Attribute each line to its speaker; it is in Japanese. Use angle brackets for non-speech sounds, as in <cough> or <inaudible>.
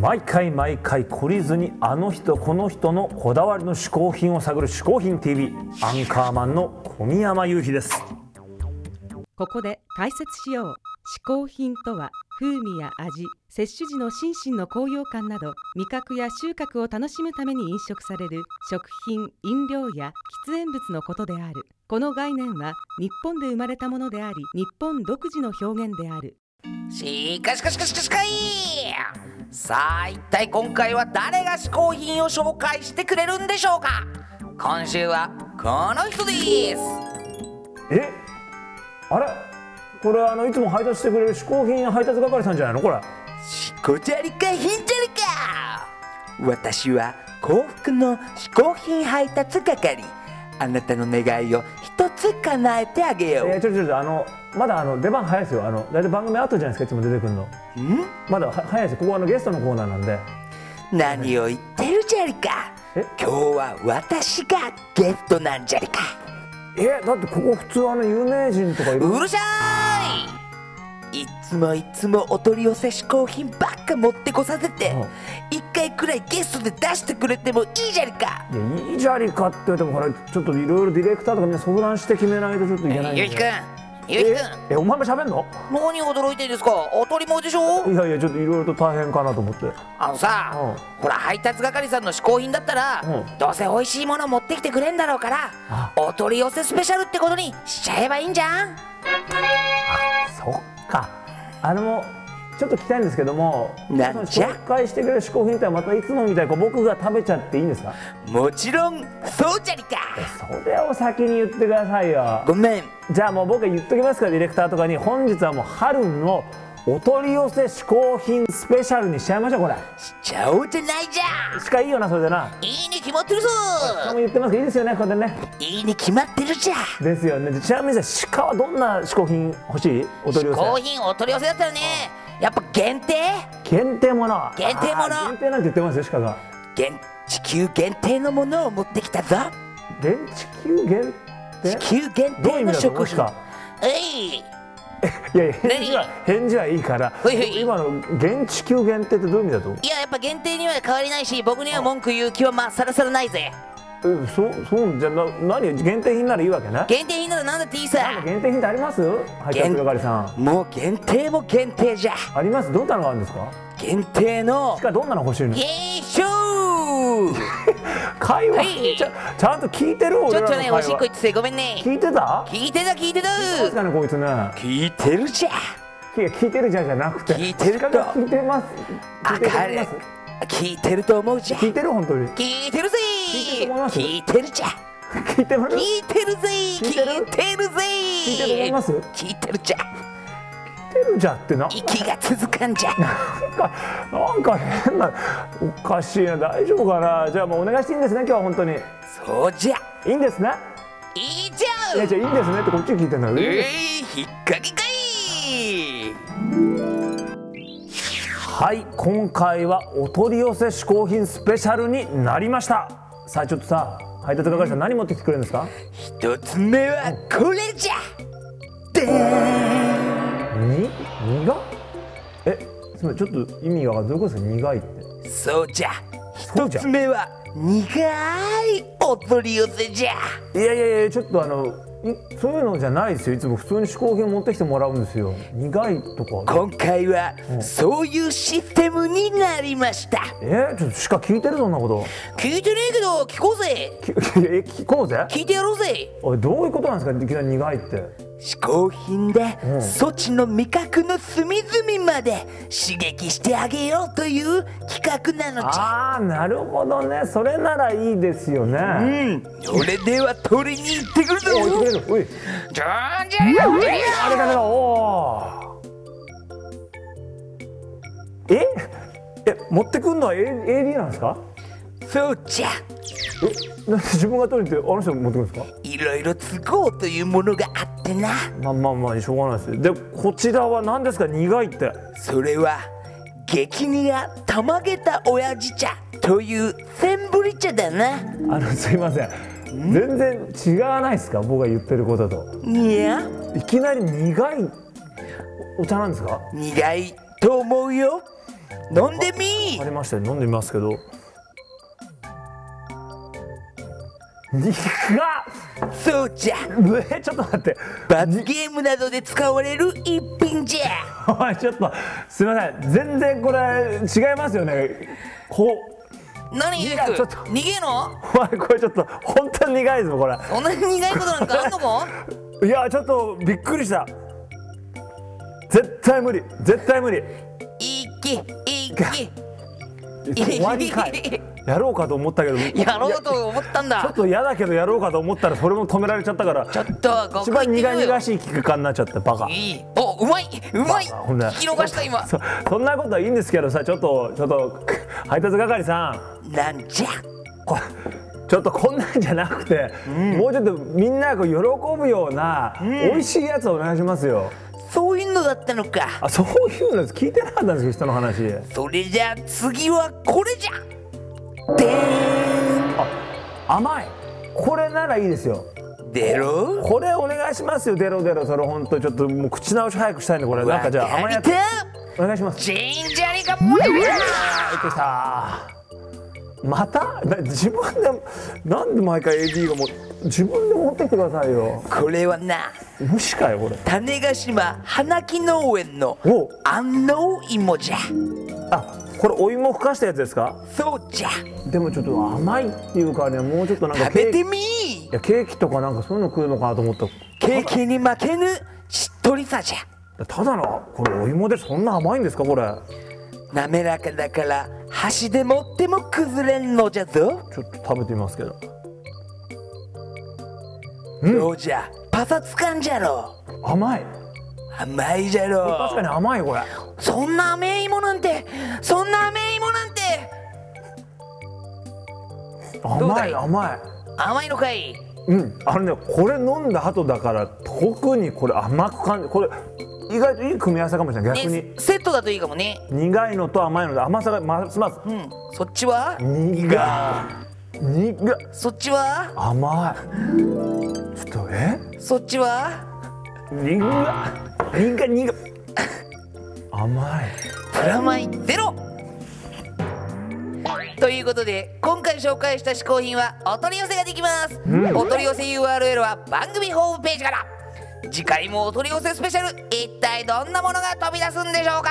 Speaker 1: 毎回毎回懲りずにあの人この人のこだわりの嗜好品を探る「嗜好品 TV」アンカーマンの小宮山雄飛です
Speaker 2: ここで解説しよう。嗜好品とは風味や味、摂取時の心身の高揚感など味覚や収穫を楽しむために飲食される食品、飲料や喫煙物のことであるこの概念は日本で生まれたものであり日本独自の表現である
Speaker 3: しかしかしかしかしかいさあ一体今回は誰が嗜好品を紹介してくれるんでしょうか今週はこの人です
Speaker 1: えあれこれあのいつも配達してくれる嗜好品配達係さんじゃないのこれ
Speaker 3: しこじゃりかひんじゃりか私は幸福の嗜好品配達係あなたの願いを一つ叶えてあげよ
Speaker 1: えー、ちょちょちょあのまだあの出番早いですよあの大体番組後じゃないですかいつも出てくるの
Speaker 3: う、ん
Speaker 1: まだは早いですよここあのゲストのコーナーなんで
Speaker 3: 何を言ってるじゃりか
Speaker 1: え
Speaker 3: 今日は私がゲストなんじゃりか
Speaker 1: えだってここ普通あの有名人とかいる
Speaker 3: うるさいいつもいつもお取り寄せ嗜好品ばっか持ってこさせて
Speaker 1: うん
Speaker 3: 一回くらいゲストで出してくれてもいいじゃりか
Speaker 1: いやいいじゃりかって言ってもこれちょっといろいろディレクターとかみんな相談して決めないとちょっといけないんで
Speaker 3: ゆうきくんゆうきくん
Speaker 1: ええお前も喋んの
Speaker 3: 何驚いてるんですかお取りもでしょ
Speaker 1: いやいやちょっといろいろと大変かなと思って
Speaker 3: あのさ
Speaker 1: う
Speaker 3: ほら配達係さんの嗜好品だったら
Speaker 1: うん
Speaker 3: どうせ美味しいもの持ってきてくれんだろうから
Speaker 1: あ
Speaker 3: お取り寄せスペシャルってことにしちゃえばいいんじゃん
Speaker 1: そっかあのちょっと聞きたいんですけども
Speaker 3: なんじゃ
Speaker 1: その紹介してくれる嗜好品ってのはまたいつもみたいにこう僕が食べちゃっていいんですか
Speaker 3: もちろんそうじゃりか
Speaker 1: それを先に言ってくださいよ
Speaker 3: ごめん
Speaker 1: じゃあもう僕が言っときますからディレクターとかに本日はもう春のお取り寄せ嗜好品スペシャルにしちゃいましょうこれ
Speaker 3: しちゃおうじゃないじゃん
Speaker 1: しかいいよなそれでない
Speaker 3: いに決まってるぞ
Speaker 1: 人も言ってますけどいいですよねこれでね
Speaker 3: いいに決まってるじゃん
Speaker 1: ですよねちなみにさ鹿はどんな嗜好品欲しいお取り寄せ
Speaker 3: 嗜好品お取り寄せだったらねやっぱ限定
Speaker 1: 限定もの
Speaker 3: 限定もの
Speaker 1: あー限定なんて言ってますよ鹿が
Speaker 3: 限地球限定のものを持ってきたぞ
Speaker 1: 電池球限定
Speaker 3: 地球限
Speaker 1: どういう
Speaker 3: 定
Speaker 1: 意味
Speaker 3: の
Speaker 1: だと
Speaker 3: 食
Speaker 1: 思う
Speaker 3: 品
Speaker 1: か
Speaker 3: えい
Speaker 1: いやいや返事は
Speaker 3: 何
Speaker 1: 返事はいいから
Speaker 3: ほいほい
Speaker 1: 今の現地球限定ってどういう意味だと思
Speaker 3: いややっぱ限定には変わりないし僕には文句言う気はまあさらさらないぜ
Speaker 1: うえそうそうじゃあな何限定品ならいいわけね
Speaker 3: 限定品ならなんだっていい
Speaker 1: なん
Speaker 3: さ
Speaker 1: か限定品ってあります配達係さん
Speaker 3: もう限定も限定じゃ
Speaker 1: ありますどんなのがあるんですか
Speaker 3: 限定の
Speaker 1: 鹿どんなの欲しいの
Speaker 3: よいしょー
Speaker 1: 会
Speaker 3: は
Speaker 1: 話
Speaker 3: い
Speaker 1: ちゃちゃんと聞いてる
Speaker 3: ち
Speaker 1: 俺ら
Speaker 3: ょっ
Speaker 1: の
Speaker 3: と
Speaker 1: 会
Speaker 3: ね
Speaker 1: 話
Speaker 3: おしっこ行っててごめんね
Speaker 1: 聞いてた
Speaker 3: 聞いてた聞いてた
Speaker 1: ですかねこいつね
Speaker 3: 聞いてるじゃ
Speaker 1: いや聞いてるじゃんじゃなくて
Speaker 3: 聞いてる
Speaker 1: 鹿
Speaker 3: か
Speaker 1: が聞いてます聞いてると
Speaker 3: 明
Speaker 1: 思い
Speaker 3: るい
Speaker 1: ます聞
Speaker 3: 聞いてると思うじゃ
Speaker 1: いてる本当に
Speaker 3: 聞いてるぜ
Speaker 1: 聞いてると思います
Speaker 3: 聞いてるじゃ
Speaker 1: 聞いてます
Speaker 3: 聞いてるぜ
Speaker 1: 聞いてる
Speaker 3: 聞いてるぜ
Speaker 1: 聞いてると思います
Speaker 3: 聞いてるじゃ
Speaker 1: 聞いてるじゃんってな
Speaker 3: 息が続かんじゃ
Speaker 1: なんかなんか変なおかしいな大丈夫かなじゃあもうお願いしていいんですね今日は本当に
Speaker 3: そうじゃ
Speaker 1: いいんですね
Speaker 3: いいじ
Speaker 1: い
Speaker 3: ゃ
Speaker 1: や
Speaker 3: ん
Speaker 1: じゃあいいんですねってこっちに聞いてんだけど、
Speaker 3: えい引っ掛けかい
Speaker 1: はい今回はお取り寄せ嗜好品スペシャルになりましたさあちょっとさ配達係さん何持ってきてくれるんですか
Speaker 3: 一つ目はこれじゃでーん
Speaker 1: に苦えすみませんちょっと意味がわかんないどういうことですか苦いって
Speaker 3: そうじゃ
Speaker 1: そうじ
Speaker 3: 一つ目は苦いお取り寄せじゃ
Speaker 1: いやいやいやちょっとあのいそういうのじゃないですよいつも普通に嗜好品持ってきてもらうんですよ苦いとか
Speaker 3: 今回はそういうシステムになりました
Speaker 1: えちょっと鹿聞いてるそんなこと
Speaker 3: 聞いてねえけど聞こうぜ
Speaker 1: きえ聞こうぜ
Speaker 3: 聞いてやろうぜ
Speaker 1: おいどういうことなんですかいきなり苦いって
Speaker 3: 嗜好品で
Speaker 1: うん
Speaker 3: そちの味覚の隅々まで刺激してあげようという企画なのじゃ
Speaker 1: ああなるほどねそれならいいですよ
Speaker 3: う
Speaker 1: ね
Speaker 3: んそれでは取りに行ってくるぞ
Speaker 1: おい聞いてるおい
Speaker 3: じゃんじゃんじゃんじゃん
Speaker 1: あれだけどおーええ持ってくんのは A- AD なんですか
Speaker 3: そうじゃ
Speaker 1: えなんで自分が取りに行ってあの人持ってくるんですか
Speaker 3: いろいろ都合というものがあってな
Speaker 1: まあまあまあしょうがないですでこちらは何ですか苦いって
Speaker 3: それは激苦たまげた親父茶というセンブリ茶だな
Speaker 1: あのすいません全然違わないですか僕が言ってることと
Speaker 3: いや
Speaker 1: いきなり苦いおお茶なんですか
Speaker 3: 苦いと思うよ飲んでみ
Speaker 1: ありましたよ飲んでみますけどにっが
Speaker 3: そうじゃ
Speaker 1: えちょっと待って
Speaker 3: 罰ゲームなどで使われる一品じゃ
Speaker 1: おいちょっとすみません全然これ違いますよねこう
Speaker 3: 何
Speaker 1: い
Speaker 3: ゆう
Speaker 1: や
Speaker 3: く
Speaker 1: ちょっと
Speaker 3: 逃げんの
Speaker 1: おいこれちょっと本当に苦いですもんこれ
Speaker 3: そんなに苦いことなんかあん
Speaker 1: <laughs>
Speaker 3: のか
Speaker 1: いやちょっとびっくりした絶対無理絶対無理
Speaker 3: いきいき
Speaker 1: 終わりかいやろうかと思ったけど
Speaker 3: <laughs> やろう
Speaker 1: い
Speaker 3: と思ったん
Speaker 1: やちょっ
Speaker 3: だ
Speaker 1: と嫌だけどやろうかと思ったらそれも止められちゃったから
Speaker 3: ちょっとご
Speaker 1: 一
Speaker 3: く
Speaker 1: 番
Speaker 3: いってみ
Speaker 1: 苦
Speaker 3: ようよ
Speaker 1: 々しい企画になっちゃってバカ
Speaker 3: いいおうまいうまい
Speaker 1: あほんで
Speaker 3: 聞き逃した今
Speaker 1: そそんなことはいいんですけどさちょっとちょっと配達係さ
Speaker 3: なんじゃ
Speaker 1: んこちょっとこんなんじゃなくて、もうちょっとみんなが喜ぶような、美味しいやつお願いしますよ
Speaker 3: そういうのだったのか
Speaker 1: あそういうの聞いてなかったんですけど人の話
Speaker 3: それじゃあ次はこれじゃで
Speaker 1: 甘いこれならいいですよ
Speaker 3: ーんでろ
Speaker 1: これお願いしますよデロデロそれ本当ちょっともう口直し早くしたいんでこれなんかじゃあ甘いやつお願いします
Speaker 3: ジンジャリかもや
Speaker 1: 入ってきたまたな自分でなんで毎回 AD がもう自分で持ってきてくださいよ
Speaker 3: これはな
Speaker 1: 無視かよこれ
Speaker 3: 種子島花木農園の
Speaker 1: おう
Speaker 3: 安納芋じゃ
Speaker 1: あこれお芋ふかしたやつですか
Speaker 3: そうじゃ
Speaker 1: でもちょっと甘いっていうかねもうちょっとなんか
Speaker 3: 食
Speaker 1: ケ
Speaker 3: べ
Speaker 1: ーキ
Speaker 3: て
Speaker 1: い
Speaker 3: み
Speaker 1: やケーキとかなんかそういうの食うのかなと思った
Speaker 3: ケーキに負けぬしっとりさじゃ
Speaker 1: ただのこれお芋でそんな甘いんですかこれ
Speaker 3: 滑らかだから箸で持っても崩れんのじゃぞ
Speaker 1: ちょっと食べてみますけど
Speaker 3: どうじゃパサつかんじゃろ
Speaker 1: 甘い
Speaker 3: 甘いじゃろ
Speaker 1: 確かに甘いこれ
Speaker 3: そんな甘い芋なんてそんな甘い芋なんてう
Speaker 1: 甘
Speaker 3: だ
Speaker 1: い
Speaker 3: い
Speaker 1: 甘い
Speaker 3: 甘いのかい
Speaker 1: うん、あのね、これ飲んだ後だから特にこれ甘く感じこれ意外といい組み合わせかもしれない逆に
Speaker 3: ねセットだといいかもね
Speaker 1: 苦いのと甘いので甘さがますます
Speaker 3: うんそっちは
Speaker 1: 苦い苦い
Speaker 3: そっちは
Speaker 1: 甘いちょっとえ
Speaker 3: そっちは
Speaker 1: 苦い苦い苦い甘い
Speaker 3: プラマイゼロということで今回紹介した試行品はお取り寄せができます、お取り寄せ URL は番組ホームページから次回もお取り寄せスペシャル一体どんなものが飛び出すんでしょうか